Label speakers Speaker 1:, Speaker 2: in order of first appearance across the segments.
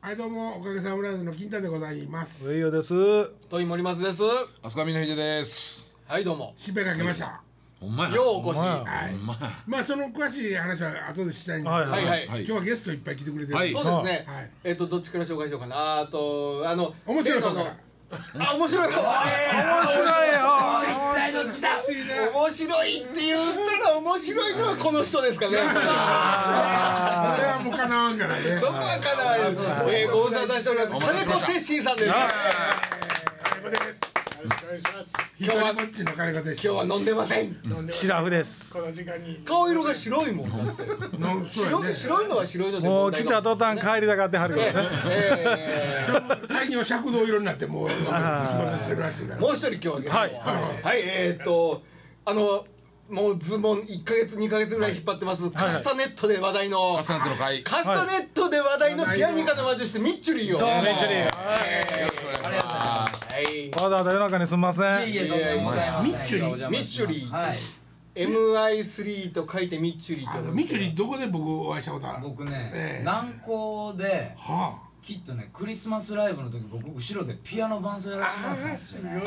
Speaker 1: はいどうもおかげさまライズの金太でございます
Speaker 2: 上与です。
Speaker 3: とい森松です。
Speaker 4: 飛鳥峰秀です
Speaker 3: はい、どうも。
Speaker 1: しっぺかけました、
Speaker 4: ほんまや
Speaker 3: ようお越
Speaker 2: ほ
Speaker 3: し。
Speaker 2: んま
Speaker 3: は
Speaker 2: や
Speaker 1: はい
Speaker 4: ほんま
Speaker 1: まあその詳しい話は後でしたいんですけど、
Speaker 2: はい
Speaker 3: いはい。
Speaker 4: は
Speaker 1: 今
Speaker 4: い
Speaker 1: 日はゲストいっぱい来てくれてる、
Speaker 4: はい
Speaker 3: そうですね。
Speaker 1: はい
Speaker 3: えっと、どっちから紹介しようかな。あと、あの、
Speaker 1: 面白い
Speaker 3: 例
Speaker 1: 方
Speaker 3: の
Speaker 1: か
Speaker 3: あ
Speaker 1: ら
Speaker 3: のあ、面白い方。面
Speaker 2: 白いよ。
Speaker 3: 白い。どっちだ。面白いって言ったら面白いのはこの人ですかね。
Speaker 1: あそれはもうかなわんからね
Speaker 3: そこはかなりです。えー、ご無沙汰しております。
Speaker 4: お待たせしま
Speaker 3: 金
Speaker 4: した
Speaker 3: 子鉄心さんです。
Speaker 5: です。よろしくお願いします。
Speaker 1: 一人ぼっちの金がでし
Speaker 3: 今日は飲んでません。
Speaker 5: 飲んでます
Speaker 2: シラフです
Speaker 5: こ。の時間に。
Speaker 3: 顔色が白いもん。だって
Speaker 1: のそう
Speaker 3: 白
Speaker 1: や
Speaker 3: い
Speaker 1: ね
Speaker 3: 白いのは白いので
Speaker 2: も
Speaker 3: 問
Speaker 2: う
Speaker 3: 題
Speaker 2: 来
Speaker 3: が。
Speaker 2: た途端帰りたがってはるからね。
Speaker 3: えー
Speaker 1: 最近は尺道色になってもう仕事してるらしいから
Speaker 3: もう一人今日はゲスト
Speaker 2: はい
Speaker 3: はい、はいえーっとあのもうズボン1か月2か月ぐらい引っ張ってます、カスタネットで話題の、
Speaker 4: カスタネットの会
Speaker 3: カスタネットで話題のピアニカの魔女してミッチュリーを
Speaker 2: め
Speaker 3: は
Speaker 2: っちゃいい
Speaker 4: ありがとうございます
Speaker 3: い
Speaker 2: わざわざ夜中にすみませ
Speaker 6: いえ
Speaker 2: ん。
Speaker 6: いえ、とんでもございません。
Speaker 1: ミッチュリー
Speaker 6: お邪魔します
Speaker 3: ミッチュリー
Speaker 6: はい。
Speaker 3: MI3 と書いてミッチュリー
Speaker 1: あ
Speaker 3: と
Speaker 1: のミッチュリどこで僕お会いしたことある
Speaker 6: 僕
Speaker 1: え
Speaker 6: ね
Speaker 1: え、
Speaker 6: 南港で、
Speaker 1: は
Speaker 6: きっとね、クリスマスライブの時、僕後ろでピアノ伴奏やらせてもらったんですよね。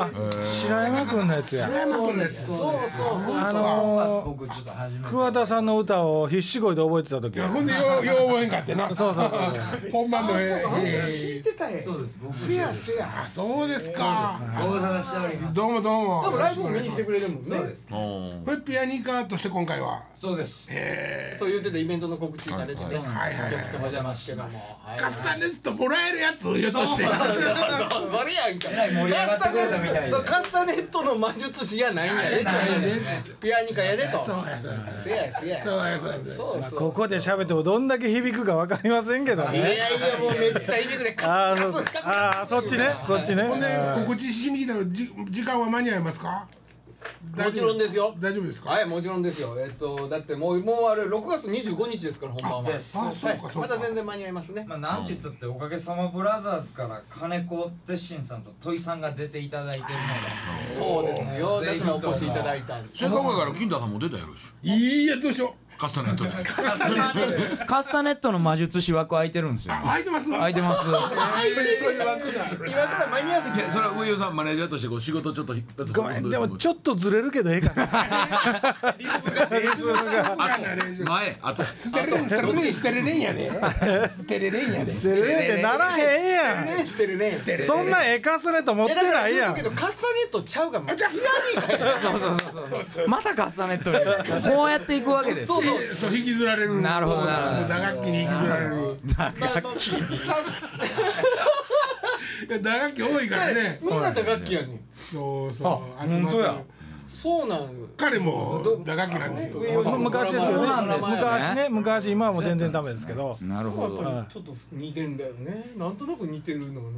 Speaker 2: 白山君のやつや。
Speaker 6: そうです。そうです。そうそう。
Speaker 2: あのー
Speaker 6: 僕ちょっと初めて。
Speaker 2: 桑田さんの歌を必死こいで覚えてた時
Speaker 1: あ。いやほんでようよう覚えんかってな
Speaker 2: そうそうそう
Speaker 1: 本番もえ
Speaker 3: 聞
Speaker 1: え
Speaker 3: いてたへ
Speaker 6: そうです。僕後ろです。
Speaker 1: あそうですか
Speaker 6: ご無沙汰しております。
Speaker 1: どうもどうも
Speaker 3: でもライブも見に来てくれるもんね
Speaker 6: そうです。
Speaker 4: うん
Speaker 1: これピアニカとして今回は
Speaker 6: そうです。
Speaker 1: え
Speaker 3: そう言ってたイベントの告知されてて、
Speaker 6: そうなんです。
Speaker 1: はいはいはい
Speaker 6: よくとお邪魔してます。
Speaker 3: は
Speaker 1: ー
Speaker 3: い
Speaker 1: カスタネットもらえるやつを言うとして
Speaker 3: そうそれやんか
Speaker 6: えらい盛り上がってくれたみたいです
Speaker 3: そうカスタネットの魔術師やないんやでちょっとねピアニカやでと
Speaker 1: そうやそうや
Speaker 3: せやせや
Speaker 1: そうやそうやそうや
Speaker 3: そうそう
Speaker 2: ここで喋ってもどんだけ響くかわかりませんけど
Speaker 3: いやい
Speaker 2: ね。
Speaker 3: やもうめっちゃ響くでカ
Speaker 2: あ
Speaker 3: ツ
Speaker 2: ー
Speaker 3: カ
Speaker 2: そう
Speaker 3: ツカツ
Speaker 2: あーそっちねそっちね。
Speaker 1: ほんで
Speaker 2: はい
Speaker 1: 告知しに来たらじ時間は間に合いますか
Speaker 3: もちろんですよ
Speaker 1: 大丈夫ですか
Speaker 3: はいもちろんですよえっとだってもうもうあれ6月25日ですから本番は
Speaker 6: です
Speaker 1: あそう
Speaker 3: はい
Speaker 1: かそう
Speaker 3: ま
Speaker 1: か
Speaker 3: た全然間に合いますね
Speaker 6: まあ、なんて言ったって、おかげさまブラザーズから金子鉄心さんと土井さんが出ていただいてる
Speaker 3: そうですよだからお越しいただいたんです
Speaker 4: せっかくやから金太さんも出たやろし
Speaker 1: いいやどうしよ
Speaker 4: カスタネ ットで
Speaker 6: のでカスタネットの魔術師枠空いてるんですよ
Speaker 1: う空いてます
Speaker 6: 空いてます
Speaker 3: そういう枠が今から間に合う
Speaker 4: いやそれは上与さんマネージャーとしてこう仕事ちょっと
Speaker 2: ごめんでもち
Speaker 4: ょっ
Speaker 2: ょっとずれるけどええかな。
Speaker 4: と前あと
Speaker 1: 捨てれん捨てれん捨てれれんやね捨てれれんやね
Speaker 2: ずれるってならへんやん。
Speaker 3: ねしてるねして
Speaker 2: そんなええカスタネット持ってないやん
Speaker 3: け。どカスタネットちゃうからまたピアニカや
Speaker 6: またカスタネットにこうやっていくわけですよ
Speaker 3: そうそう
Speaker 1: そう引きずられる
Speaker 6: なるほどなるほど
Speaker 1: 打楽器に引きずられる
Speaker 3: まあまあさ
Speaker 1: いや打楽器多いからね
Speaker 3: みんな打楽器やねん
Speaker 1: そうそうあ
Speaker 2: 本当や
Speaker 3: そうなんよ
Speaker 1: 彼も打楽器なんですよ
Speaker 2: 昔ですけどね
Speaker 6: そうなんですね
Speaker 2: 昔ね昔今はもう全然ダメですけど
Speaker 6: なるほど
Speaker 3: やっぱりちょっと似てんだよねなんとなく似てるのがなんか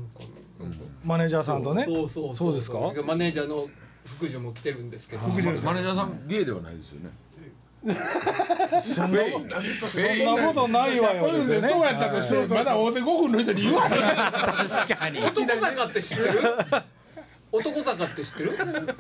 Speaker 3: なんか
Speaker 2: マネージャーさんとね
Speaker 3: そうそう
Speaker 2: そうですか
Speaker 3: マネージャーの福女も来てるんですけど
Speaker 4: マネージャーさんゲイではないですよね
Speaker 2: そんなこ
Speaker 4: フェイ
Speaker 2: そんなことないわよ
Speaker 1: そう
Speaker 2: ですよね
Speaker 1: やったとしてまだ大手5分の人に言わない
Speaker 6: 確かに
Speaker 3: 男坂って知ってる男坂って知ってる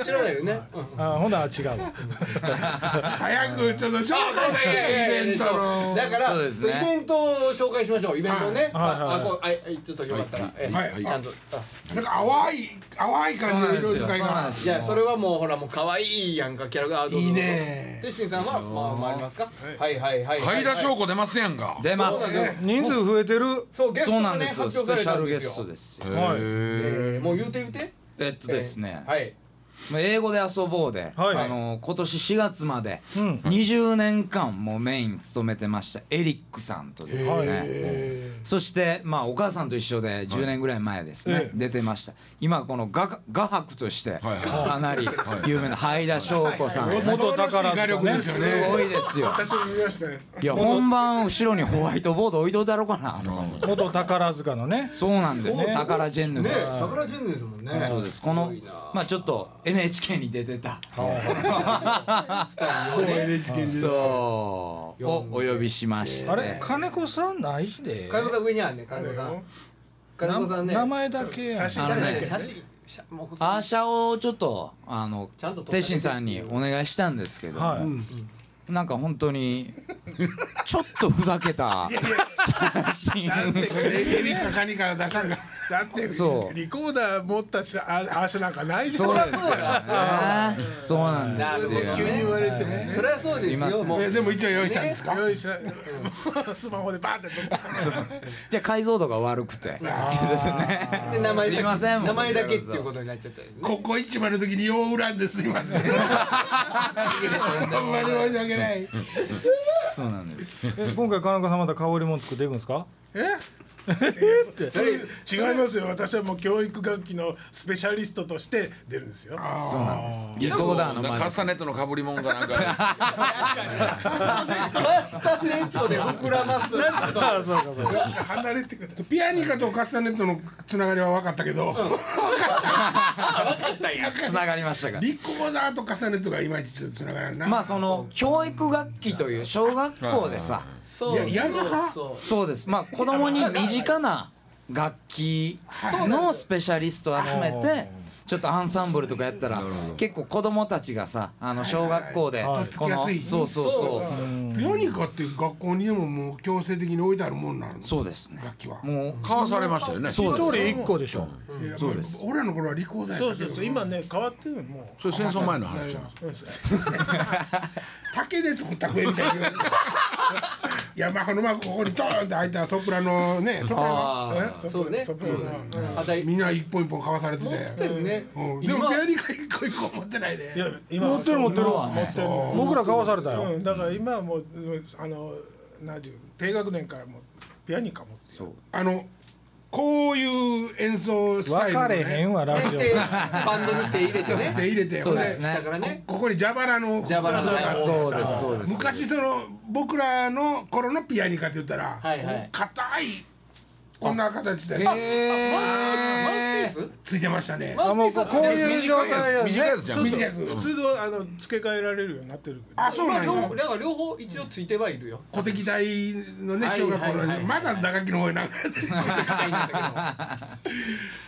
Speaker 3: 知らないよねうん
Speaker 2: あほんなら違うわ
Speaker 1: 早くちょっと紹介し
Speaker 3: いやいや
Speaker 1: てイベ
Speaker 3: いや
Speaker 1: ントの
Speaker 3: だから、
Speaker 6: そうですね
Speaker 3: イベントを紹介しましょうイベントをね、
Speaker 2: はい
Speaker 3: あこうあいちょっとよかったら、え
Speaker 1: はい
Speaker 3: ちゃんとあ
Speaker 1: なんか淡い淡い
Speaker 6: そうな
Speaker 1: 感
Speaker 6: ん
Speaker 1: じの
Speaker 6: です
Speaker 1: 色
Speaker 6: よ
Speaker 1: 使い
Speaker 6: そうなん
Speaker 1: が
Speaker 6: です
Speaker 3: じゃあ
Speaker 6: よ
Speaker 3: それはもうほらもう可愛いやんかキャラがあどうぞ
Speaker 1: いいね
Speaker 3: でしんさんはまあ回りますかはいはいはい
Speaker 4: 海田翔子出ますやんか
Speaker 6: 出ます
Speaker 2: 人数増えてる
Speaker 3: そうゲスト
Speaker 6: そう
Speaker 3: が
Speaker 6: なん
Speaker 3: ね
Speaker 6: ですよ
Speaker 3: 発
Speaker 6: ス
Speaker 3: 表
Speaker 6: ペシ
Speaker 3: され
Speaker 6: ャ
Speaker 3: たん
Speaker 6: ルゲ
Speaker 3: ですよ
Speaker 6: ストですよ
Speaker 2: はい
Speaker 3: えーもう言うて言うて
Speaker 6: えっとですね
Speaker 3: はい
Speaker 6: まあ英語で遊ぼうで、
Speaker 2: はい
Speaker 6: あの今年4月まで
Speaker 2: ん
Speaker 6: 20年間もうメイン務めてましたエリックさんとですね、そしてまあお母さんと一緒で10年ぐらい前ですね、
Speaker 2: ええ
Speaker 6: 出てました今この画画伯として
Speaker 4: はい
Speaker 6: かなり有名な灰田翔子さん、
Speaker 1: 元宝塚ね
Speaker 6: すごいですよ
Speaker 5: 私も見ましたね。
Speaker 6: いや本番後ろにホワイトボード置いといたろうかな
Speaker 2: 元宝塚のね
Speaker 6: そうなんです、宝ジェンヌ
Speaker 3: ね
Speaker 6: です、
Speaker 3: 桜ジェンヌですもんね
Speaker 6: そうですこの
Speaker 3: すごいな
Speaker 6: まあちょっと NHK に出てたそうをお呼びしまして
Speaker 2: あれ金子さんないで
Speaker 3: 金子さん上にあるね金子さん金子さんね
Speaker 2: 名前だけやん
Speaker 6: あのね
Speaker 3: 写真写もう
Speaker 6: アーシャをちょっとあの
Speaker 3: ちゃんと撮って
Speaker 6: 鉄心さんにお願いしたんですけど、
Speaker 2: はい
Speaker 6: なんか本当にちょっとふざけた写真
Speaker 5: だって
Speaker 1: エリカカニから出さんが
Speaker 5: だって
Speaker 6: そう
Speaker 5: リコーダー持ったしあ足なんかないじゃん
Speaker 6: そうですよねそうなんです
Speaker 3: なる
Speaker 6: よ
Speaker 3: ほど
Speaker 5: 急に言われてもね
Speaker 3: そりゃそうです
Speaker 6: すいませ
Speaker 3: よ
Speaker 6: ん
Speaker 3: もう
Speaker 1: えでも一応用意したんですか
Speaker 5: 用意したスマホでバーンって撮った
Speaker 6: じゃあ解像度が悪くて
Speaker 3: で名前だ
Speaker 6: すいません
Speaker 3: け名前だけっていうことになっちゃった よね
Speaker 1: ここ一番の時によう恨んですいませんほんまに申し訳ない
Speaker 6: そうなんです
Speaker 2: え今回金子さんまた香りもん作っていくんですか
Speaker 5: それ違いますよ私はもう教育楽器のスペシャリストとして出るんですよ
Speaker 6: そうなんですリコーダーの
Speaker 4: カス
Speaker 6: 窓
Speaker 4: タネットのかぶりもんかなんか
Speaker 3: カスタネットで膨らますなんてこと
Speaker 2: あそうかそうか
Speaker 5: 離れてください
Speaker 1: ピアニカとカスタネットのつながりは分かったけど、
Speaker 6: つながりましたから
Speaker 1: リコーダーとカスタネットがいまいちちょっとつながらんな、
Speaker 6: まあその教育学期という小学校でさ
Speaker 3: そう
Speaker 1: いややる派
Speaker 3: そう
Speaker 6: そうですまあ子供に身近な楽器のスペシャリストを集めてちょっとアンサンブルとかやったら結構子供たちがさあの小学校で
Speaker 2: はい
Speaker 6: この
Speaker 1: つきやすい
Speaker 6: そうそうそう
Speaker 1: ピアニカって学校にでももう強制的に置いてあるもんなの
Speaker 6: そうですね
Speaker 1: 楽器は、
Speaker 6: もう
Speaker 4: 買わされましたよね
Speaker 6: そうです
Speaker 2: 一人一個でしょ
Speaker 1: いやそうです俺らの頃はリコーダーや
Speaker 5: そ
Speaker 1: っ
Speaker 5: う
Speaker 1: たけ
Speaker 5: そう
Speaker 1: ど
Speaker 5: そう今ね変わってるのも
Speaker 4: それ戦争前の話なんです
Speaker 5: ううん
Speaker 1: 竹で作った笛みたいな 山マハのマークここにドーンって開いたソプラノねソプラ
Speaker 6: あ
Speaker 5: えそ
Speaker 3: そうね
Speaker 5: そこうん
Speaker 3: あだ
Speaker 1: ノ
Speaker 3: い
Speaker 1: みんな一本一本買わされてて
Speaker 3: ね
Speaker 1: うんでもピアニカ一個一個持ってないで
Speaker 5: いや今
Speaker 2: 持ってる持ってる
Speaker 6: 今はね
Speaker 5: 持ってる
Speaker 2: 僕ら買わされた
Speaker 5: う
Speaker 2: よ
Speaker 5: ん、だから今はもう、うんあの、なんていう、低学年からもう、ピアニカ持ってる。
Speaker 1: あのこういう演奏スタイ
Speaker 2: 分
Speaker 1: ル
Speaker 2: か
Speaker 1: の
Speaker 2: れ
Speaker 1: ね
Speaker 2: へんわラジオ
Speaker 3: でバンドに手入れてね
Speaker 1: 手入れて
Speaker 6: そうですね
Speaker 3: 下からね
Speaker 1: ここに蛇腹の
Speaker 3: 蛇腹のね
Speaker 1: そうそうそう
Speaker 6: そうですそうです
Speaker 1: 昔その僕らの頃のピアニカって言ったら、
Speaker 3: はいはい
Speaker 1: 硬いこんな形で
Speaker 3: マウ
Speaker 6: え
Speaker 3: スピース
Speaker 1: ついてましたね
Speaker 2: あもうこうこういう状態や
Speaker 4: 短い
Speaker 2: ね
Speaker 4: やつじゃん
Speaker 1: 短いやつ
Speaker 5: 普通は、あの、付け替えられるようになってるけど。
Speaker 1: あそう
Speaker 3: ま
Speaker 1: な
Speaker 3: あ
Speaker 1: ん
Speaker 3: 両
Speaker 1: や
Speaker 3: 方だから両方一応ついてはい るよ
Speaker 1: 小敵大のね
Speaker 3: はい
Speaker 1: 小学校
Speaker 3: はいは
Speaker 1: の
Speaker 3: い
Speaker 1: まだ打楽器の方に流れてる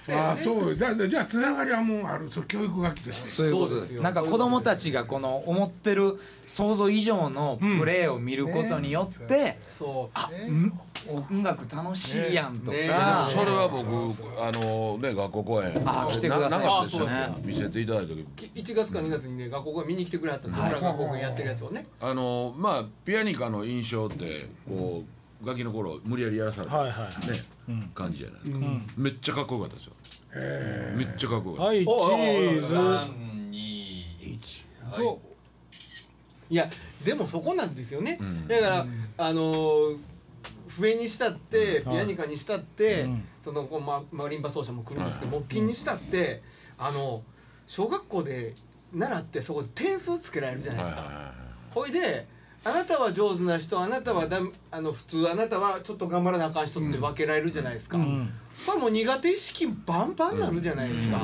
Speaker 1: ああそうだじゃあつながりはもうあるそう教育楽器として
Speaker 6: そういうことですなんか子供たちがこの思ってる想像以上のプレーを見ることによって
Speaker 3: そう
Speaker 6: 音楽楽しいやんと
Speaker 3: ねね
Speaker 6: か
Speaker 4: それは僕あのね学校公演
Speaker 6: あー来てください
Speaker 4: な長くてですよ
Speaker 3: あー
Speaker 4: ね見せていただいた時
Speaker 3: き1月か2月にね学校が見に来てくれはったの僕らが学校がやってるやつをね
Speaker 4: あのまあピアニカの印象ってこうガキの頃無理やりやらされた、
Speaker 2: はいは
Speaker 4: ね、感じじゃないですか、めっちゃかっこよかったですよめっちゃかっこよかった、
Speaker 2: はいチーズ
Speaker 3: いやでもそこなんですよね、だから、あのー笛にしたってピアニカにしたって、そのこうママリンバ奏者も来るんですけど、木琴にしたってあの小学校で習ってそこで点数つけられるじゃないですか。
Speaker 4: はいはいはい
Speaker 3: ほいであなたは上手な人あなたはだあの普通あなたはちょっと頑張らなあかん人って分けられるじゃないですか、これもう苦手意識バンバンなるじゃないですか、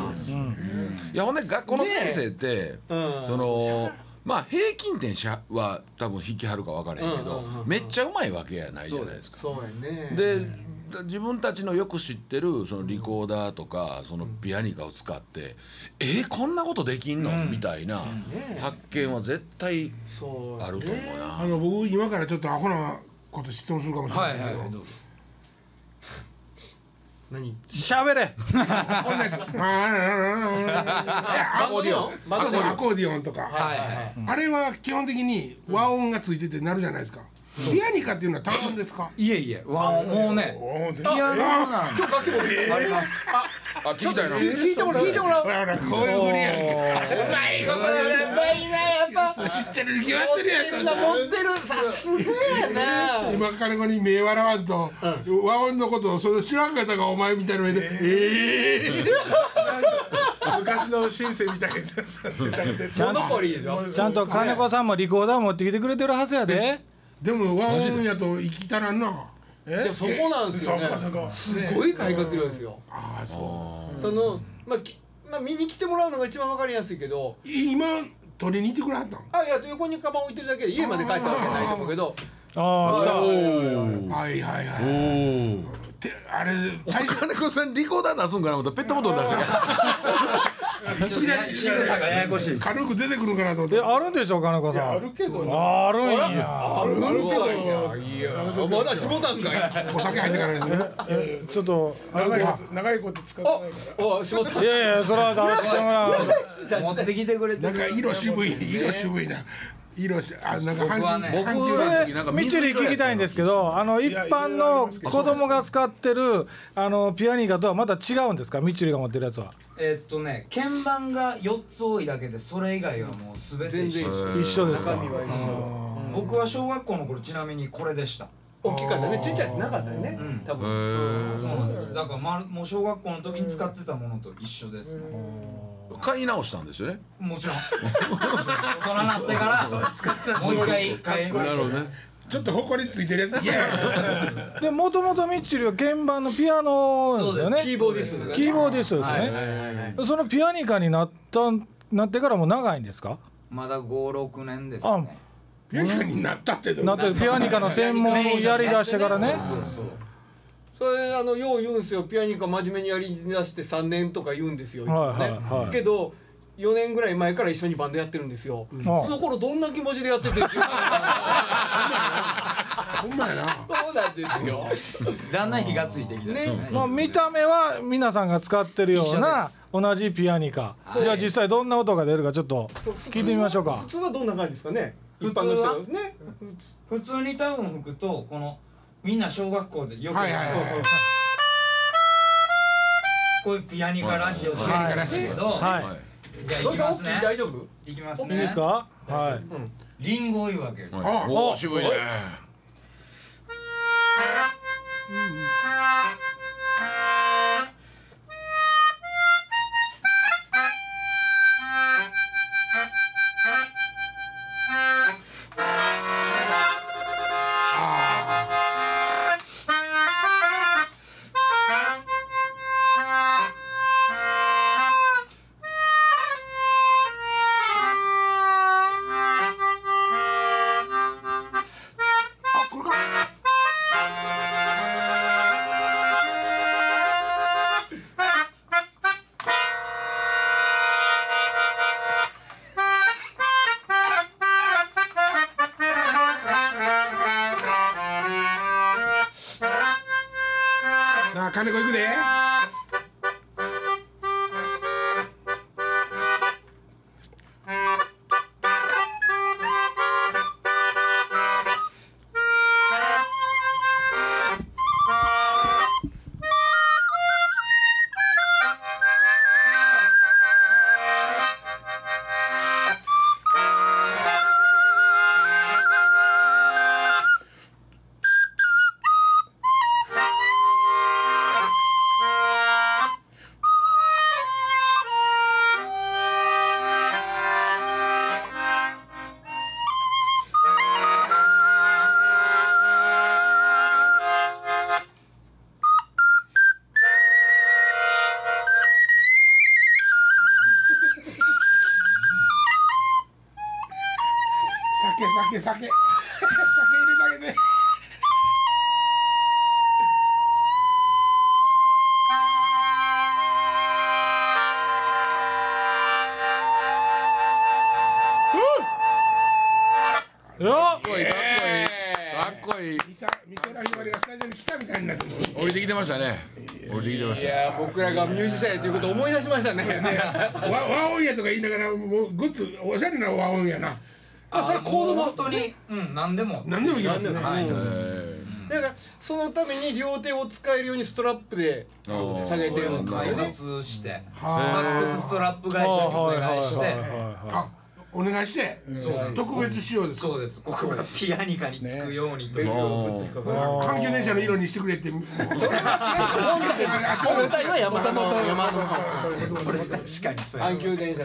Speaker 4: いやほんで学校の先生って、
Speaker 3: うん
Speaker 4: そのまあ平均点しゃは多分引きはるか分からへんけど、
Speaker 3: うんうんうんうん
Speaker 4: めっちゃうまいわけやないじゃないですか。
Speaker 3: そうやね
Speaker 4: でだ自分たちのよく知ってるそのリコーダーとかそのピアニカを使って「えーこんなことできんの?」みたいな
Speaker 3: ね
Speaker 4: 発見は絶対
Speaker 3: そうやね
Speaker 4: あると思う
Speaker 1: あ
Speaker 4: な。
Speaker 1: の僕今からちょっとアホなこと質問するかもしれないけど、
Speaker 3: 何
Speaker 2: 喋れ
Speaker 1: こんなやつあーあーあーあー
Speaker 3: あアコーディオ
Speaker 1: あ
Speaker 3: ン
Speaker 1: ーそうそう
Speaker 3: バンドの
Speaker 1: アコーディオンとか、
Speaker 3: はいはいはい
Speaker 1: あれは基本的に和音がついててなるじゃないですか、ピアニカっていうのは単音ですか
Speaker 6: いえいえわもうねピアノなん
Speaker 3: 今日楽器持ってきて
Speaker 6: あります
Speaker 4: あ聞きたいな。
Speaker 3: 弾いてもらう弾いてもらう
Speaker 1: ほらほらこういうふうにやる
Speaker 3: うまいことやうまいなやっぱ持っ
Speaker 1: 知ってるに決まってるやつ
Speaker 3: てるな持ってるさすが やな
Speaker 1: 今金子に目笑わんと、和音のことをその知らんかったがお前みたいな目で「ええー
Speaker 5: 昔のシンセみたいにさ、さってたけど
Speaker 2: ちゃん
Speaker 3: モノポリーでしょ
Speaker 2: ちゃんと金子さんもリコーダー持ってきてくれてるはずやで
Speaker 1: でも和音やと生きたらんな
Speaker 5: え
Speaker 3: じゃあそこなんですよね
Speaker 5: そこそこ。
Speaker 3: すごい開発量ですよ
Speaker 1: ああそ
Speaker 3: そのまあきまあ見に来てもらうのが一番わかりやすいけど
Speaker 1: う今取りに行ってくれはったん
Speaker 3: あいや横にカバン置いてるだけで家まで帰ったわけないと思うけど
Speaker 2: ああ
Speaker 1: はいはいはい
Speaker 4: おー
Speaker 1: て
Speaker 5: あれ大将
Speaker 4: 金子さんリコーダー出すんかなと思ったらペットボトル出して
Speaker 1: いきなり
Speaker 6: 仕草がややこしいです
Speaker 1: 軽く出てくるかなと思っ
Speaker 2: え
Speaker 1: て
Speaker 2: あるんでしょ金子
Speaker 5: いや
Speaker 2: さ
Speaker 5: あ
Speaker 2: ん
Speaker 5: るけどな
Speaker 2: あるんや
Speaker 5: あるけど
Speaker 3: まだしもたんかい
Speaker 1: お酒入ってからですね
Speaker 2: えちょっとあ
Speaker 5: 長いこと長いこと使ってないから
Speaker 3: おしもた
Speaker 2: いやいやそれは出してもらう
Speaker 6: 持ってきてくれて
Speaker 1: なんか
Speaker 6: る
Speaker 1: 色渋い色渋いな色しあなんか
Speaker 6: 僕
Speaker 1: 阪
Speaker 6: はね
Speaker 1: 神
Speaker 4: 僕
Speaker 1: 阪
Speaker 2: そ
Speaker 1: 神
Speaker 2: れみちり聞きたいんですけどあの一般の子供が使ってるあのピアニカとはまた違うんですかみちりが持ってるやつは
Speaker 6: えっとね鍵盤が4つ多いだけでそれ以外はもう全て
Speaker 3: 全
Speaker 6: 一
Speaker 3: 然
Speaker 6: 緒
Speaker 3: 一緒
Speaker 2: 一緒ですか
Speaker 3: 中身は一緒
Speaker 6: 僕は小学校の頃ちなみにこれでした
Speaker 3: 大きかったねちっちゃいやつなかったよね多分
Speaker 6: そうなんですだから、まる、もう小学校の時に使ってたものと一緒ですね
Speaker 4: 買い直したんですよね
Speaker 6: もちろん大人になってからもう一回買いました
Speaker 4: ね
Speaker 1: ちょっと埃ついてるやついや
Speaker 2: でもともとみちりは鍵盤のピアノなんですよね
Speaker 3: キーボーディスト
Speaker 2: キーボーディストですよ
Speaker 3: はい
Speaker 2: ね、
Speaker 3: はいはいはい
Speaker 2: そのピアニカになったなってからもう長いんですか
Speaker 6: まだ56年ですね
Speaker 1: ピアニカになったってどう
Speaker 2: なってピアニカの専門をやりだしてからね
Speaker 6: そうそう
Speaker 3: それあのよう言うんですよピアニカ真面目にやりだして3年とか言うんですよいつもね、
Speaker 2: はいはいはい
Speaker 3: けど4年ぐらい前から一緒にバンドやってるんですよ、その頃どんな気持ちでやってて っていう
Speaker 1: ほんまやな
Speaker 3: そうなんですよ
Speaker 6: だんだん火がついてきてね
Speaker 2: まあ見た目は皆さんが使ってるような同じピアニカじゃあ実際どんな音が出るかちょっと聞いてみましょうか
Speaker 3: 普通はどんな感じですかね一
Speaker 6: 普通
Speaker 3: 般
Speaker 6: は
Speaker 3: の人がね
Speaker 6: 普通に多分吹くとこのみんな小学校でよく
Speaker 1: は
Speaker 6: やる
Speaker 1: いはいはい
Speaker 6: こういうピアニカらしい音なんですけど
Speaker 2: は
Speaker 4: はい
Speaker 6: じゃあ
Speaker 3: ど
Speaker 6: いうき
Speaker 3: ぞ
Speaker 6: ま
Speaker 3: 大
Speaker 6: す
Speaker 3: きい
Speaker 6: ね
Speaker 3: 大丈夫
Speaker 6: いきます
Speaker 2: いい
Speaker 6: ね
Speaker 2: ですかはい
Speaker 6: リンゴを言うわけ
Speaker 1: あ
Speaker 4: おお渋いね
Speaker 1: Ah. なあ金子行くで酒酒酒酒入れてあげて
Speaker 2: よっ
Speaker 4: かっこいいかっこいい
Speaker 1: ミサミソラヒバリがスタジオに来たみたいになってる
Speaker 4: 降りてきてましたね降りてきてました
Speaker 3: あ僕らがミュージシャンやということを思い出しましたね
Speaker 1: 和和音やとか言いながらもうグッズおしゃれな和音やな
Speaker 3: あそれコードも
Speaker 6: 本当にうん何でも
Speaker 1: 何でもいきますね
Speaker 3: はい
Speaker 4: え
Speaker 3: だからそのために両手を使えるようにストラップで
Speaker 4: ー
Speaker 3: 下げてるんです
Speaker 6: 開
Speaker 3: よね
Speaker 6: 発してサックスストラップ会社にお願いして
Speaker 1: あお願いして特別仕様です
Speaker 6: そうですここがピアニカにつくようにという
Speaker 3: ベルトをぶっと引っかか
Speaker 1: 環境電車の色にしてくれって
Speaker 3: るこの歌今山田の山田
Speaker 6: これ確かにそうや
Speaker 3: 阪急電車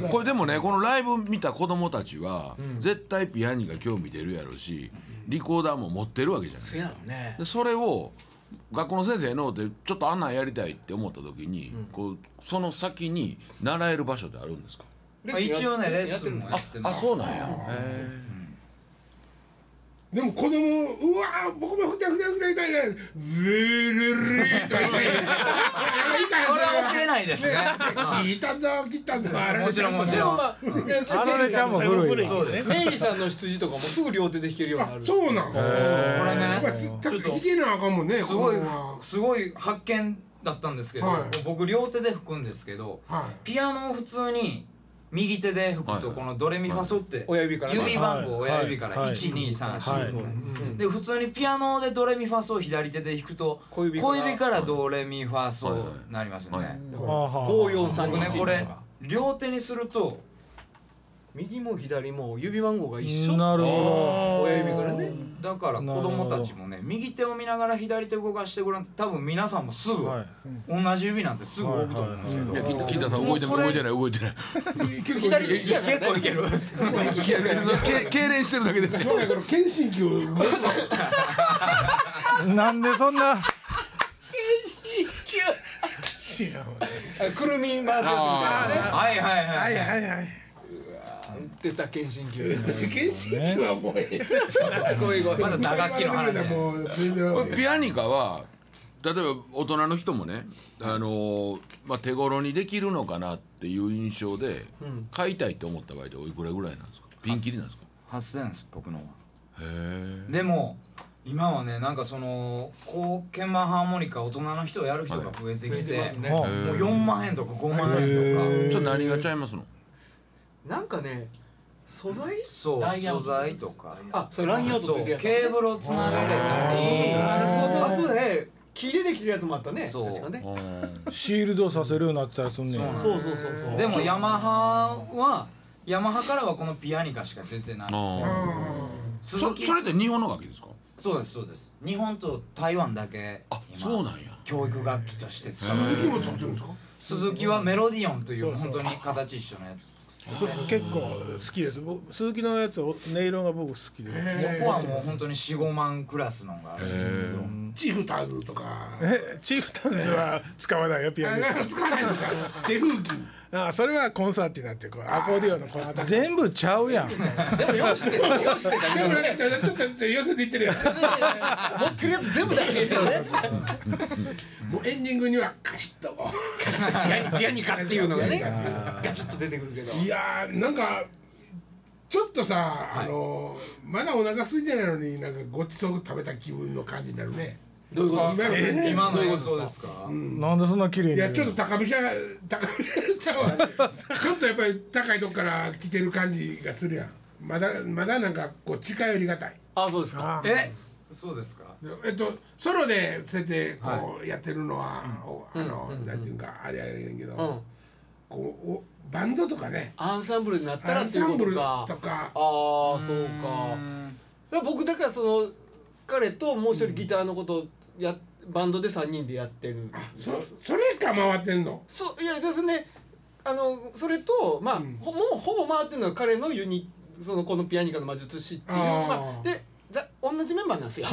Speaker 3: の
Speaker 4: これでもねこのライブ見た子供たちは、絶対ピアニが興味出るやろうしリコーダーも持ってるわけじゃないですか
Speaker 3: ね
Speaker 4: でそれを学校の先生のってちょっとあんなんやりたいって思った時に、こうその先に習える場所ってあるんですか
Speaker 6: まあ一応ねレッスンもやって
Speaker 4: あ
Speaker 6: ます
Speaker 4: そうなんや、
Speaker 1: でも子供うわー僕もふたふたふたふたふたブルルーとか言って
Speaker 6: それは教えないですね
Speaker 1: 聞いたんだ切ったんだあれ
Speaker 6: もちろんもち
Speaker 3: でも
Speaker 6: ろん
Speaker 3: まあ
Speaker 2: あのねちゃんも古い
Speaker 5: そうです
Speaker 3: 明治さんの羊とかもすぐ両手で弾けるようにな
Speaker 1: あ
Speaker 3: るんですよ
Speaker 1: そうなん
Speaker 6: これ
Speaker 1: やっぱ
Speaker 6: ね
Speaker 1: りちょっと引けなあかんもんね
Speaker 6: すごい
Speaker 1: このまます
Speaker 6: ごい発見だったんですけど、
Speaker 1: はい
Speaker 6: 僕両手で吹くんですけど、
Speaker 1: はい
Speaker 6: ピアノを普通に右手で吹くと
Speaker 4: はい
Speaker 6: このドレミファソって
Speaker 3: 親指からね
Speaker 6: 指番号
Speaker 2: はい
Speaker 6: 親指から
Speaker 2: はい
Speaker 6: 1234
Speaker 2: は
Speaker 6: で普通にピアノでドレミファソを左手で弾くと
Speaker 3: 小
Speaker 6: 小
Speaker 3: 指
Speaker 6: 指
Speaker 3: から
Speaker 6: からドレミファソになりますよ
Speaker 4: はいはい
Speaker 6: ね
Speaker 3: 五四三
Speaker 6: 僕ね
Speaker 3: 二
Speaker 6: これ両手にすると
Speaker 3: 右も左も指番号が一緒
Speaker 2: なるほど
Speaker 3: 親指からね
Speaker 6: だから子供たちもね右手を見ながら左手動かしてごらん多分皆さんもすぐ
Speaker 2: はい
Speaker 6: 同じ指なんてすぐ動くと思うんですけど
Speaker 4: いや金田さん動いて
Speaker 6: も
Speaker 4: な
Speaker 6: う
Speaker 4: い
Speaker 6: それ
Speaker 4: 動いてない動いてない
Speaker 6: 左利きやから結構いける
Speaker 4: け痙攣してるだけですよ
Speaker 1: そうだから謙信球も
Speaker 2: なんでそんな
Speaker 5: 知らんわ
Speaker 3: くるみ回すや
Speaker 4: あ
Speaker 6: はいはいは
Speaker 5: はいいは
Speaker 3: つみ
Speaker 5: いはい
Speaker 3: たいな出た謙信球
Speaker 1: 謙信球はもうええ
Speaker 3: ごいごい
Speaker 6: まだ打楽器の話ね
Speaker 1: もう全然
Speaker 4: ーピアニカは例えば大人の人もねあのーまあ手頃にできるのかなっていう印象で
Speaker 3: ん
Speaker 4: 買いたいって思った場合でおいくらぐらいなんですかピンキリなんですか
Speaker 6: 8000です僕のは
Speaker 4: へえ
Speaker 6: でも今はねなんかそのこう鍵盤ハーモニカ大人の人をやる人が増えてきて,、
Speaker 3: はい増えてますね
Speaker 6: もう4万円とか5万円とか
Speaker 4: ちょっと何がちゃいますの
Speaker 3: なんかね素材
Speaker 6: そう
Speaker 3: ダイヤ
Speaker 6: 素
Speaker 3: モンド
Speaker 6: 材とか
Speaker 3: あそれラインアウト
Speaker 6: そ
Speaker 3: ついうてる
Speaker 6: ケ
Speaker 3: やつ
Speaker 6: ーブルをつなげれたり
Speaker 3: あとね木でできてるやつもあったね
Speaker 6: そう
Speaker 3: 確かね
Speaker 4: あー
Speaker 2: シールドさせるようになってたりすんね
Speaker 6: そうなんん
Speaker 3: そうそうそうそう
Speaker 6: でもヤマハはヤマハからはこのピアニカしか出てない
Speaker 4: あー
Speaker 6: 鈴
Speaker 4: そ
Speaker 6: 木
Speaker 4: それって日本の楽器ですか
Speaker 6: そうですそうです日本と台湾だけ
Speaker 4: あ
Speaker 6: 今
Speaker 4: そうなんや
Speaker 6: 教育楽器として使う
Speaker 1: 鈴木も取ってるんですか
Speaker 6: 鈴木はメロディオンという
Speaker 5: そ
Speaker 6: 本
Speaker 5: うそ
Speaker 6: 当
Speaker 5: う
Speaker 6: に形一緒のやつ作って
Speaker 5: 僕結構好きです僕鈴木のやつお音色が僕好きで
Speaker 1: へ
Speaker 6: ここはもう本当に45万クラスのがあるんですけど
Speaker 1: チーフターズとか
Speaker 5: えチーフタンズは使わないよピア
Speaker 1: あ
Speaker 5: ノ
Speaker 1: れ使わないんですか手風機
Speaker 5: あそれはコンサートになってこうアコーディオンのこの
Speaker 2: 全部ちゃうやん
Speaker 3: でもよしてよしてだけ
Speaker 1: でもなんかちょっとちょっと寄せていってるやん
Speaker 3: 持ってるやつ全部出してるですよね
Speaker 1: もうエンディングにはカシッとこう
Speaker 3: ピアニカっていうのがねガチッと出てくるけど
Speaker 1: いやーなんかちょっとさ、あのーまだお腹空いてないのになんかごちそう食べた気分の感じになるね
Speaker 3: どういうことですか
Speaker 1: 今のね
Speaker 6: 今の映像ですか
Speaker 2: なんでそんな綺麗
Speaker 1: い
Speaker 2: に
Speaker 1: やちょっと高飛車高飛車 はちょっとやっぱり高いとこから来てる感じがするやんまだまだなんかこう近寄りがたい
Speaker 3: あそうですか
Speaker 6: えそうですか
Speaker 1: えっとソロでそうやってこうやってるのは、おあの、なんていうかあれやねんけど、
Speaker 3: うん
Speaker 1: こうおバンドとかね
Speaker 3: アンサンブルになった
Speaker 1: ア
Speaker 3: らっ
Speaker 1: ン
Speaker 3: ていう
Speaker 1: サン
Speaker 3: こ
Speaker 1: ブ
Speaker 3: と
Speaker 1: ルと
Speaker 3: か
Speaker 1: か
Speaker 3: ああそうかだから僕だからその彼ともう一人ギターのことをやバンドで3人でやってる
Speaker 1: そそれか回ってんの
Speaker 3: そういやですねあのそれとまあ、
Speaker 1: うん
Speaker 3: ほもうほぼ回ってるのは彼のユニそのこのピアニカの魔術師っていう
Speaker 1: あー
Speaker 3: まあ、でざ同じメンバーなんですよ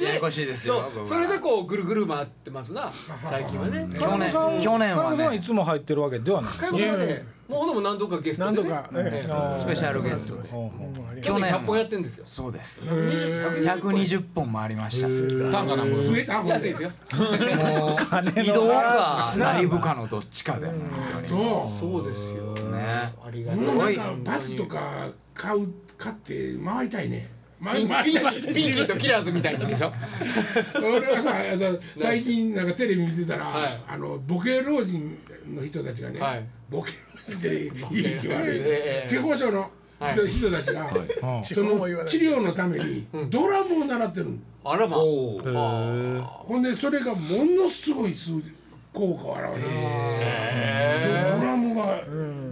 Speaker 6: ややこしいです
Speaker 3: そ
Speaker 6: よ
Speaker 3: うそれでこうぐるぐる回ってますな最近はね
Speaker 6: 去年去年
Speaker 2: 金
Speaker 6: は
Speaker 2: 子さんい
Speaker 6: ね
Speaker 2: つも入ってるわけではない
Speaker 3: 海外はねもうほんでも何度かゲスト
Speaker 5: 何
Speaker 3: で、
Speaker 5: 度
Speaker 3: ね、
Speaker 5: かええ
Speaker 2: あー
Speaker 6: スペシャルゲストで
Speaker 2: ほうほう
Speaker 3: 去年
Speaker 6: 去年も
Speaker 3: 100本やってんですよ
Speaker 6: そうです
Speaker 3: 20 120
Speaker 6: 120本もありました
Speaker 4: 単価なんぼです
Speaker 1: 増えた方が
Speaker 3: 安いですよ
Speaker 6: もう
Speaker 2: 金
Speaker 6: 移
Speaker 2: の
Speaker 6: 動か
Speaker 2: 話しな
Speaker 6: ライブかのどっちかで本当に
Speaker 1: そ
Speaker 3: そうですよ
Speaker 6: ね
Speaker 3: あり
Speaker 1: う
Speaker 3: が
Speaker 1: す
Speaker 3: とう
Speaker 1: ごいなんかバスとか買う買って回りたいね回り回
Speaker 3: ピ
Speaker 1: り
Speaker 3: ン
Speaker 1: たい
Speaker 3: ピンピンキーとキラーズみたいにでしょ
Speaker 1: 俺はさあの最近なんかテレビ見てたら、
Speaker 3: はい
Speaker 1: あのボケ老人の人たちがね、
Speaker 3: はい
Speaker 1: ボケ老人って言い気悪い、
Speaker 3: ええ
Speaker 1: 地方省の
Speaker 3: はい
Speaker 1: 人たちが、
Speaker 2: うん
Speaker 1: その治療のためにドラムを習ってるの、
Speaker 3: あらま
Speaker 6: おー
Speaker 2: へ
Speaker 1: ほんでそれがものすごい数効果を表してドラムが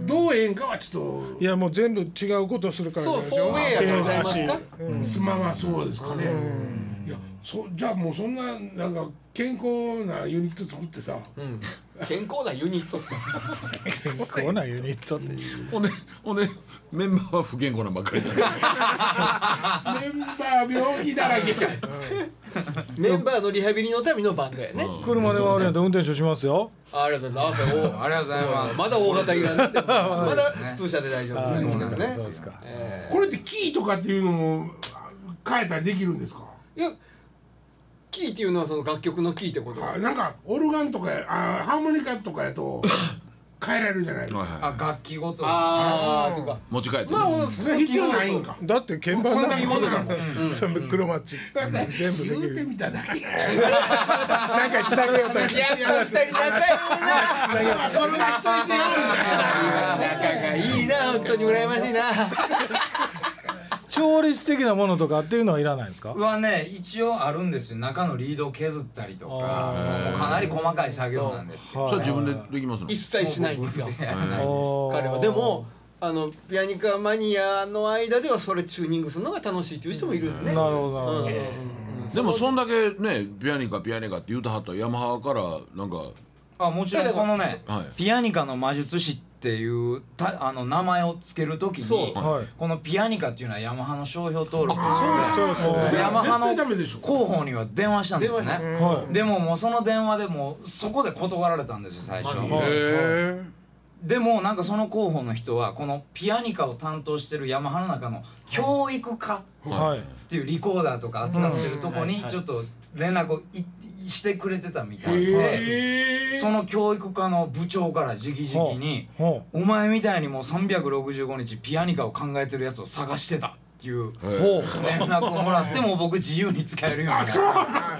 Speaker 1: どうええんかはちょっ
Speaker 5: いやもう全部違うことするから
Speaker 3: そうフォーウェイやからちゃいますか
Speaker 1: とすまはそうですかね、いやそじゃあもうそんななんか健康なユニット作ってさ、
Speaker 3: 健康なユニット
Speaker 2: 健康なユニットって
Speaker 4: ほんでほんでメンバーは不健康なばっかりだ
Speaker 1: メンバー病気だらけだ
Speaker 3: メンバーのリハビリのためのバンドやね、
Speaker 2: 車で回るやんと運転手しますよ
Speaker 3: ありがとうございますお
Speaker 6: ありがとうございます
Speaker 3: まだ大型いらないまだ普通車で大丈夫ですからね
Speaker 2: そうですか
Speaker 3: え
Speaker 1: これってキーとかっていうのも変えたりできるんですか
Speaker 3: ーいやキーっていうのはその楽曲のキーってこと
Speaker 1: あなんかオルガンとかあハーモニカとかやと変えられるじゃないですか、
Speaker 6: あ楽器ごとに
Speaker 3: ああとか
Speaker 4: 持ち帰ってね
Speaker 3: まあ俺普
Speaker 1: それ
Speaker 3: 通の
Speaker 1: 必
Speaker 3: キー
Speaker 1: 要
Speaker 3: ボ
Speaker 1: ない
Speaker 3: ー
Speaker 1: ん
Speaker 3: ド
Speaker 1: か
Speaker 5: だって鍵盤だもんだも
Speaker 1: こんなも
Speaker 5: ん、そのクロマチ、全部で
Speaker 1: 言
Speaker 5: き
Speaker 1: うて
Speaker 5: る。
Speaker 1: みただけ
Speaker 5: なんか伝えようと。
Speaker 3: いやっぱ二人仲いいな
Speaker 1: 転がしといてやるん
Speaker 3: 仲がいいな本当に羨ましいな
Speaker 2: 調律的なものとかっていうのはいらないんですか
Speaker 6: はね一応あるんですよ中のリードを削ったりとかもうかなり細かい作業なんですけど
Speaker 4: それは自分でできますの
Speaker 3: 一切しないんですよ
Speaker 6: やら ない
Speaker 3: 彼
Speaker 2: 彼
Speaker 3: はでもあのピアニカマニアの間ではそれチューニングするのが楽しいっていう人もいるんでね
Speaker 2: なるほどなるほど
Speaker 3: うんうんうんうん
Speaker 4: でもそんだけねピアニカピアニカって言うてはったヤマハからなんか
Speaker 6: あもちろんこのね、
Speaker 4: はい
Speaker 6: ピアニカの魔術師っていうたあの名前を付けるとき
Speaker 3: そう
Speaker 6: に
Speaker 2: はい
Speaker 6: このピアニカっていうのはヤマハの商標登録で
Speaker 5: そうそうそう。
Speaker 6: ヤマハの
Speaker 1: 絶対ダメでしょ
Speaker 6: 広報には電話したんです
Speaker 3: 電話し
Speaker 6: ね
Speaker 2: はい
Speaker 6: でももうその電話でもうそこで断られたんですよ最初
Speaker 2: はい
Speaker 4: へ
Speaker 6: でもなんかその広報の人はこのピアニカを担当してるヤマハの中の教育課
Speaker 2: はい
Speaker 6: っていうリコーダーとか扱ってるとこにちょっと連絡をいいしてくれてたみたいで
Speaker 1: え
Speaker 6: その教育課の部長から直々に
Speaker 2: ほ
Speaker 6: 「お前みたいにもう365日ピアニカを考えてるやつを探してた」っていう
Speaker 2: うほう
Speaker 6: 連絡をもらってもう僕自由に使えるようになったそうなん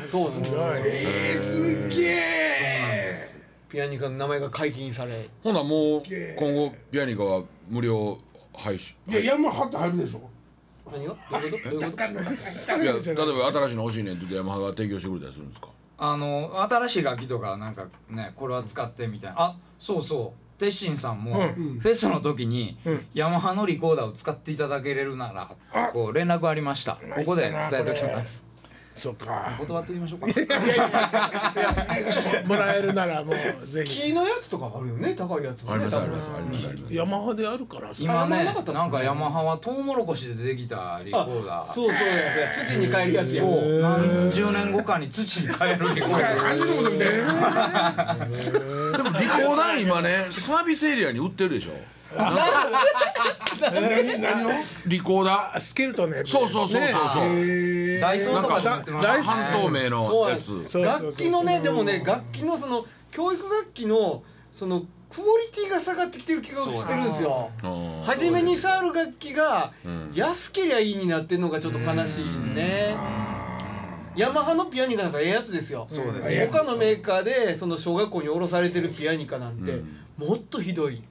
Speaker 3: そうなんですよ
Speaker 1: えー、すげえ
Speaker 6: です
Speaker 3: ピアニカの名前が解禁され
Speaker 4: ほなもう今後ピアニカは無料配信
Speaker 1: いや山張って入るでしょ
Speaker 3: 何がどういうことどういうこと
Speaker 4: いや例えば新しいの欲しいねんって言ってヤマハが提供してくれたりするんですか
Speaker 6: あの新しい楽器とかなんかねこれは使ってみたいなあそうそう鉄心さんもフェスの時にヤマハのリコーダーを使っていただけれるならこう連絡ありましたここで伝えておきます
Speaker 5: そうか。
Speaker 6: 断っておきましょうか
Speaker 5: もらえるならもうぜひ。
Speaker 3: キーのやつとかあるよね高いやつも
Speaker 4: あり
Speaker 3: ね
Speaker 4: ます
Speaker 3: 多
Speaker 4: あり
Speaker 3: 分
Speaker 4: ますありますあります
Speaker 5: ヤマハであるから。
Speaker 6: 今
Speaker 3: あんま
Speaker 6: ね
Speaker 3: なかったっすね
Speaker 6: なんかヤマハはトウモロコシでできたリコーダー
Speaker 3: そうそうやそうや土に変えるやつや
Speaker 6: そう何十年後かに土に変えるリコーダー
Speaker 1: 感じのことみたいな
Speaker 4: でもリコーダー今ねサービスエリアに売ってるでしょ
Speaker 1: 何を
Speaker 4: リコーダー
Speaker 5: スケルトンのやつ。
Speaker 4: そうそうそうそうそう
Speaker 6: ダイソーとかで売ってましたね
Speaker 4: 半透明
Speaker 3: そう
Speaker 4: の
Speaker 3: なん
Speaker 4: や
Speaker 3: です
Speaker 4: つ
Speaker 5: そうそうそう
Speaker 3: 楽器のねでもね楽器のその教育楽器のそのクオリティが下がってきてる気がしてるんですよ
Speaker 4: うん
Speaker 3: 初めに触る楽器が安けりゃいいになってるのがちょっと悲しいねヤマハのピアニカなんかええやつですよそうです他のメーカーでその小学校に卸されてるピアニカなんてもっとひどい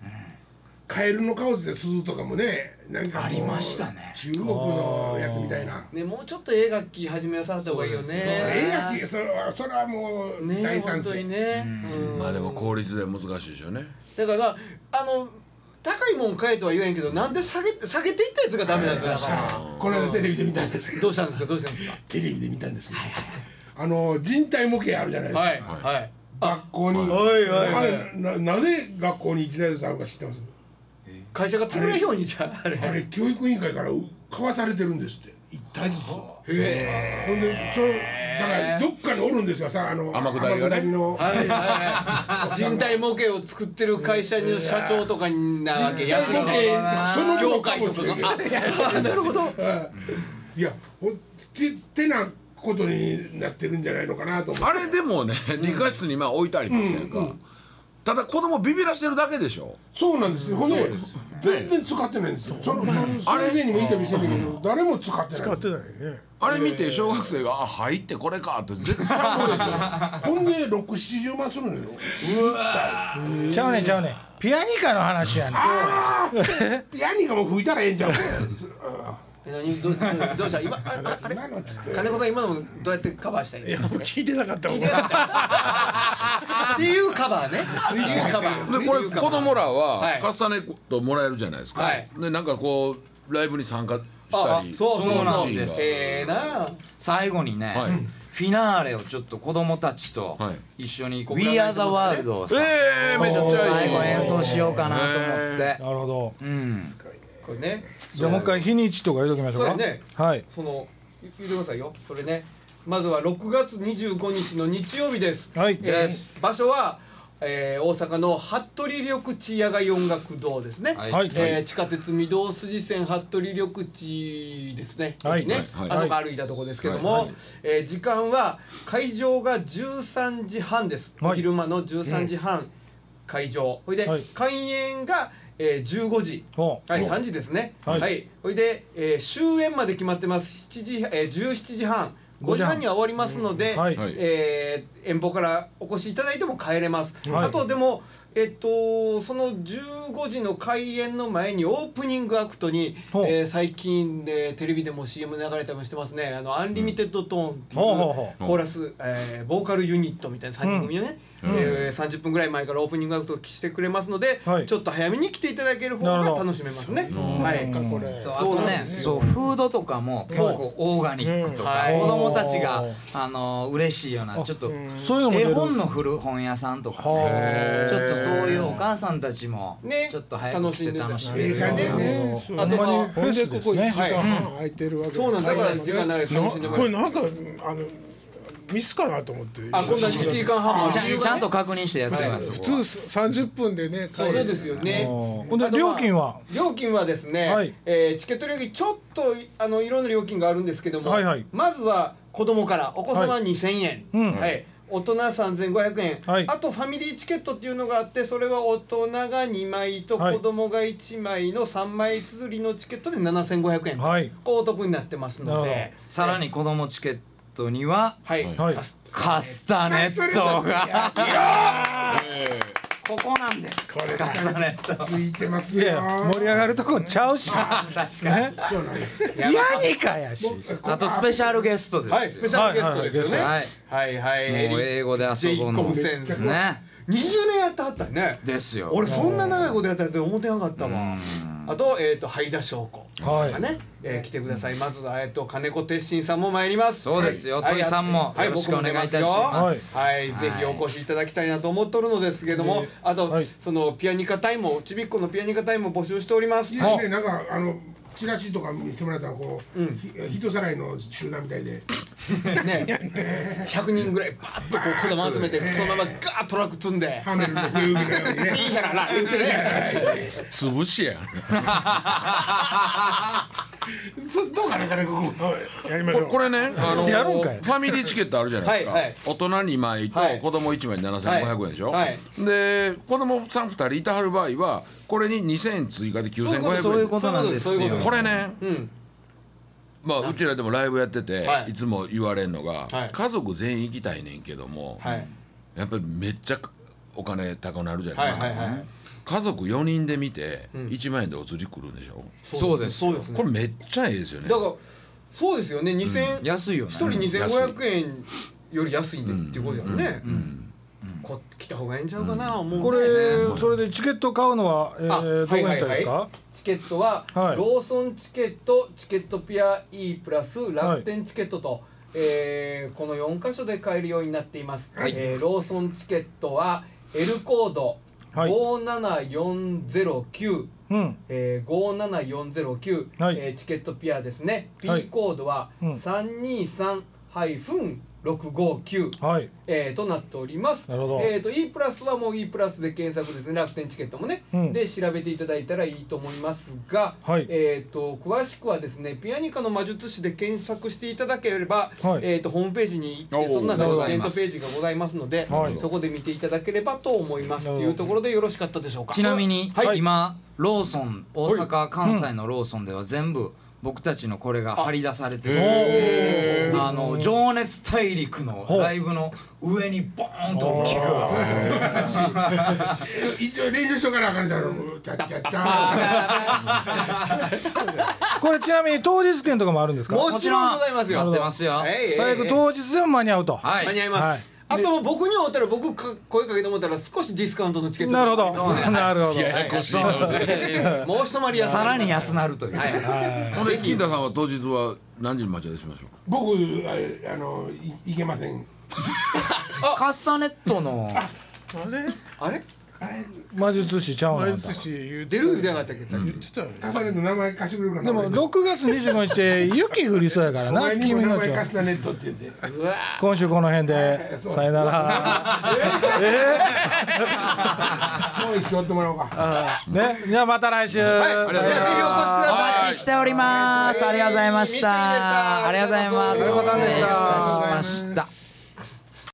Speaker 1: カエルの顔で鈴とかもねなんかこう
Speaker 6: ありましたね
Speaker 1: 中国のやつみたいな
Speaker 3: ねもうちょっとええ楽器始めさせた方がいいよ
Speaker 1: ええ
Speaker 3: ね
Speaker 1: やきそれはそれはもう
Speaker 3: ね
Speaker 1: 大
Speaker 3: 本
Speaker 1: 賛
Speaker 3: 当
Speaker 1: 成、
Speaker 3: にねうん
Speaker 4: まあでも効率で難しいでしょうね
Speaker 3: だからあの高いもん買えとは言えんけどなんで下げて下げていったやつがダメなんですよだから
Speaker 1: この間テレビで見たんですけど
Speaker 3: どうしたんですかどうしたんですか
Speaker 1: テレビで見たんですけどあの人体模型あるじゃないですか、
Speaker 3: はいはい
Speaker 1: 学校に
Speaker 3: はいはいはい
Speaker 1: あれななぜ学校に一台ずつあるか知ってます
Speaker 3: 会社が潰れんようにじゃああれ
Speaker 1: あれ教育委員会からう買わされてるんですって一体ずつほんでそれだからどっかにおるんですよさあの
Speaker 4: 天下りがね
Speaker 1: 天の
Speaker 3: はいはいはい人体模型を作ってる会社の社長とかになわけやる
Speaker 1: 人体模型その
Speaker 3: 業界とか
Speaker 1: もしれない
Speaker 3: がなるほど
Speaker 1: いやほんててなことになってるんじゃないのかなと思って
Speaker 4: あれでもね理科室にまあ置いてありますやんかただ子供ビビらしてるだけでしょ
Speaker 1: そうなんですよほんで全然使ってないんですよそのそのそれ以前にもインタビューしてんだけど誰も使って
Speaker 5: 使
Speaker 1: な
Speaker 5: っ
Speaker 1: い
Speaker 5: てないね。
Speaker 4: あれ見て小学生が「あ入ってこれか」って絶対思うでしょ
Speaker 1: ほんで670万するのよ
Speaker 2: ちゃうねんちゃうねんピアニカの話やねん
Speaker 1: ヤニがもう吹いたらええんちゃう
Speaker 3: え何どうしたどうした今あああれ
Speaker 1: 今のつって
Speaker 3: 金子さん今のどうやってカバーしたいん
Speaker 5: い
Speaker 3: です
Speaker 5: や
Speaker 3: か
Speaker 5: もう聞いてなかったもん。
Speaker 3: っていうカバーねっていうカバー
Speaker 4: でこれ子供ら
Speaker 3: は
Speaker 4: はい重ねともらえるじゃないですか
Speaker 3: はい
Speaker 4: でなんかこうライブに参加した
Speaker 3: あ
Speaker 4: り
Speaker 3: そうそう
Speaker 6: そうな
Speaker 3: なんん
Speaker 4: シーン
Speaker 6: で
Speaker 4: が
Speaker 6: す
Speaker 3: ええなあ
Speaker 6: 最後にね
Speaker 4: はい
Speaker 6: フフィナーレをちょっと子供たちと
Speaker 4: は
Speaker 6: 一緒に「
Speaker 3: 僕ら
Speaker 6: We
Speaker 3: の
Speaker 6: Are the World」をさ
Speaker 4: えー、めっちゃいい
Speaker 6: 最後演奏しようかなと思って
Speaker 2: なるほど
Speaker 6: うん
Speaker 3: これね
Speaker 2: じゃあもう一回日にちとか入れときましょうか
Speaker 3: そうやね
Speaker 2: はい
Speaker 3: その言ってくださいよそれねまずは6月25日の日曜日です、
Speaker 2: はい
Speaker 3: えー場所は、えー大阪の服部緑地野外音楽堂ですね、
Speaker 6: は
Speaker 2: はい
Speaker 3: えー地下鉄御堂筋線服部緑地ですね、
Speaker 2: はい
Speaker 3: 駅ね、
Speaker 2: はい
Speaker 3: あそこ歩いたとこですけども、えー時間は会場が13時半です、
Speaker 2: はい
Speaker 3: お昼間の13時半会場ほいで、
Speaker 2: はい
Speaker 3: 開演が、えー15時
Speaker 2: お
Speaker 3: はい、3時ですね。
Speaker 2: は
Speaker 3: はいい、ほいで、えー終演まで決まってます。7時、えー、17時半、
Speaker 2: 5
Speaker 3: 5
Speaker 2: 時
Speaker 3: 時
Speaker 2: 半
Speaker 3: 半には終わりますので、
Speaker 2: はい
Speaker 4: はい
Speaker 3: えー遠方からお越しいただいても帰れます。
Speaker 2: はい
Speaker 3: あとでも、えっとその15時の開演の前にオープニングアクトに、
Speaker 2: ほう
Speaker 3: えー最近でテレビでも CM 流れたりもしてますね。あのアンリミテッドトーンっていう
Speaker 2: ほうほうほ
Speaker 3: コーラス、えーボーカルユニットみたいな3人組のね、えー30分ぐらい前からオープニングアクトをしてくれますので、
Speaker 2: はい
Speaker 3: ちょっと早めに来ていただける方が楽しめますね。はい。
Speaker 5: なんかこれ
Speaker 6: そうあ
Speaker 3: そ
Speaker 6: と
Speaker 3: うなん
Speaker 6: ね
Speaker 3: です
Speaker 6: そうフードとかも結構オーガニックとか
Speaker 3: うんはい
Speaker 6: 子供たちが
Speaker 2: おー
Speaker 6: あの嬉しいようなちょっと
Speaker 2: そういうのも出
Speaker 6: 絵
Speaker 2: る
Speaker 6: 本の古本屋さんとか
Speaker 2: へー
Speaker 6: ちょっとそういうお母さんたちも
Speaker 3: ね
Speaker 6: ちょっと早く来て楽しめ
Speaker 1: い
Speaker 6: る
Speaker 1: い
Speaker 6: よう
Speaker 1: 感
Speaker 6: な
Speaker 1: じやね
Speaker 2: ほん
Speaker 1: あ
Speaker 2: まに
Speaker 1: と
Speaker 3: は
Speaker 2: フ
Speaker 1: ほんで
Speaker 2: ェス
Speaker 1: こ
Speaker 2: で
Speaker 1: こ
Speaker 2: す
Speaker 1: 1
Speaker 2: ね
Speaker 1: 時間半空いてるわけ
Speaker 3: そうなんですだから時間ないかもしれ
Speaker 5: な
Speaker 3: な
Speaker 5: こ
Speaker 3: い
Speaker 5: れ。なんかあのミスかなと思って
Speaker 3: あ、こんな1時間半も
Speaker 6: ちゃんちゃんと確認してやってます
Speaker 5: 普通三十分でね
Speaker 3: そうですよね。
Speaker 2: おーほんで料金は
Speaker 3: 料金はですね、
Speaker 2: はい
Speaker 3: えーチケット料金ちょっとあのいろんな料金があるんですけども、
Speaker 2: はいはい
Speaker 3: まずは子供からお子様
Speaker 2: は
Speaker 3: 2000円、
Speaker 2: うん
Speaker 3: はい大人3500円、
Speaker 2: はい
Speaker 3: あとファミリーチケットっていうのがあってそれは大人が2枚と
Speaker 2: はい
Speaker 3: 子供が1枚の3枚綴りのチケットで7500円、
Speaker 2: はい
Speaker 3: こうお得になってますの
Speaker 2: なる
Speaker 3: で、
Speaker 6: さらに子供チケットには
Speaker 3: はい、
Speaker 2: はい
Speaker 3: カス
Speaker 6: カスタネットがここなんですカスタ ネット
Speaker 1: ついてます
Speaker 2: い
Speaker 1: よ
Speaker 2: や盛り上がるとこちゃうし確かに
Speaker 1: そうなんです
Speaker 2: ヤニかやし
Speaker 6: あとスペシャルゲストで
Speaker 3: はい
Speaker 6: す
Speaker 3: ス
Speaker 6: よ
Speaker 3: ペシャルゲストですよね、
Speaker 6: はい
Speaker 3: はいはいエリ
Speaker 6: もう英語で遊ぼうの
Speaker 3: ジェイコブセン
Speaker 6: ね
Speaker 3: 20年やってはったよね
Speaker 6: ですよ
Speaker 3: 俺そんな長いことやったって思ってなかったわあと,、えー、と灰田翔子
Speaker 2: はい
Speaker 3: がね、えー来てくださいます、えー、と金子鉄心さんも参ります
Speaker 6: そうですよ
Speaker 3: はい
Speaker 6: 土井さんも
Speaker 3: はい
Speaker 6: よろしくお願いいたします
Speaker 3: はい僕も出よはいぜ
Speaker 6: はい
Speaker 3: ひお越しいただきたいなと思っとるのですけども、あと、
Speaker 2: はい
Speaker 3: そのピアニカタイムをちびっこのピアニカタイムを募集しております
Speaker 1: いやねなんかあのチラシとか見せてもらったらこう、ひ人さらいの集団みたいで
Speaker 3: ね100人ぐらいバーッとこう子供集めてそのままガーットラック積んで
Speaker 1: ハンドルの上受けたようにね
Speaker 3: いいからな言うてね
Speaker 4: 潰しやん
Speaker 1: そどうかな金子君
Speaker 5: やりまし
Speaker 4: これ
Speaker 5: ょう
Speaker 4: これね、あの
Speaker 2: やるんかい
Speaker 4: ファミリーチケットあるじゃないですか。
Speaker 3: はいはい
Speaker 4: 大人2枚と
Speaker 3: はい
Speaker 4: 子供1枚で7500円でしょ。
Speaker 3: はい
Speaker 4: で子供さん2人いたはる場合はこれに2000円追加で9500円。
Speaker 6: そういうことなんです
Speaker 3: そう
Speaker 6: よ
Speaker 3: いうこと
Speaker 4: これね、
Speaker 3: うん
Speaker 4: まあうちらでもライブやってて、、
Speaker 3: はいい
Speaker 4: つも言われるのが、
Speaker 3: はい
Speaker 4: 家族全員行きたいねんけども、
Speaker 3: はい
Speaker 4: やっぱりめっちゃお金高くなるじゃない
Speaker 3: はい
Speaker 4: ですか。
Speaker 3: はいはい
Speaker 4: 家族4人で見て
Speaker 3: ん
Speaker 4: 1万円でお釣り来るんでしょ、
Speaker 6: そうです
Speaker 3: そうですね
Speaker 4: これめっちゃええですよね
Speaker 3: だからそうですよね2000、
Speaker 6: 安いよね
Speaker 3: 1人2500円より安いんでっていうことだよね、こ来た方がいいんちゃうかな、思う
Speaker 2: こ
Speaker 3: ね
Speaker 2: れそれでチケット買うのはえ
Speaker 3: あ
Speaker 2: ーどこに行ったんですか
Speaker 3: チケットは、
Speaker 2: はい
Speaker 3: ローソンチケットチケットピア E プラス楽天チケットと、えーこの4箇所で買えるようになっています、
Speaker 6: はい
Speaker 3: えーローソンチケットは L コード
Speaker 2: はい
Speaker 3: 57409、
Speaker 2: うん
Speaker 3: えー、57409、
Speaker 2: はい
Speaker 3: えーチケットピアですね、
Speaker 2: はい
Speaker 3: P コードは
Speaker 2: うん
Speaker 3: 323-659、
Speaker 2: はい
Speaker 3: えーとなっております
Speaker 2: なるほど
Speaker 3: えー、と E プラスはもう E プラスで検索ですね楽天チケットもね、
Speaker 2: うん
Speaker 3: で調べていただいたらいいと思いますが、
Speaker 2: はい
Speaker 3: えー、と詳しくはですねピアニカの魔術師で検索していただければ、
Speaker 2: はい
Speaker 3: えー、とホームページに行っ
Speaker 4: お
Speaker 3: て
Speaker 4: ー
Speaker 3: その中
Speaker 6: なるほ
Speaker 3: の
Speaker 6: ど
Speaker 3: イベントページがございますので、
Speaker 2: はい
Speaker 3: そこで見ていただければと思いますっていうところでよろしかったでしょうか
Speaker 6: ちなみに、
Speaker 3: はい
Speaker 6: 今ローソン大阪関西のローソンでは全部僕たちのこれが張り出されてるんですあの情熱大陸のライブの上にボーンと大きく
Speaker 1: 一応練習しとかなあかんじゃろチャッチャッチャ
Speaker 2: これちなみに当日券とかもあるんですか
Speaker 3: もちろんございますよ
Speaker 6: やってますよ
Speaker 3: はい
Speaker 2: 最悪当日でも間に合うと
Speaker 6: はい
Speaker 3: 間に合い
Speaker 2: は
Speaker 3: ま
Speaker 2: い
Speaker 3: す、あともう僕に会ったら僕か声かけてもらったら少しディスカウントのチケッ ト
Speaker 2: なるほど
Speaker 3: そうね
Speaker 2: なるほど
Speaker 4: ややこしいので
Speaker 3: もう一回り安く
Speaker 6: さらに安なるという、
Speaker 4: ほんで金田さんは当日は何時に待ち合わせしましょう
Speaker 1: 僕ああのいいけません
Speaker 6: カッサネットの
Speaker 5: あれ
Speaker 3: あれ
Speaker 2: 魔術師ちゃうのあ
Speaker 5: 前
Speaker 2: んた
Speaker 5: 寿司言う
Speaker 3: 出る言うてなかったっけさっき
Speaker 5: 言ってたよね
Speaker 1: 重ねる名前貸してくれるかな
Speaker 2: でも
Speaker 1: 俺
Speaker 2: 6月25日雪降りそうやから
Speaker 1: お
Speaker 2: な
Speaker 1: 前に
Speaker 2: 君
Speaker 1: も名
Speaker 2: の
Speaker 1: 前
Speaker 2: 町
Speaker 1: 貸したネットって言って
Speaker 3: うわ
Speaker 2: 今週この辺でさよなら
Speaker 1: もう一緒ってもらおうか
Speaker 2: ねじゃあまた来週
Speaker 3: ーじゃあぜひお越しください
Speaker 6: お待ちしておりますありがとうございましたありがとうございます
Speaker 3: お疲れ様でした
Speaker 6: 失礼しました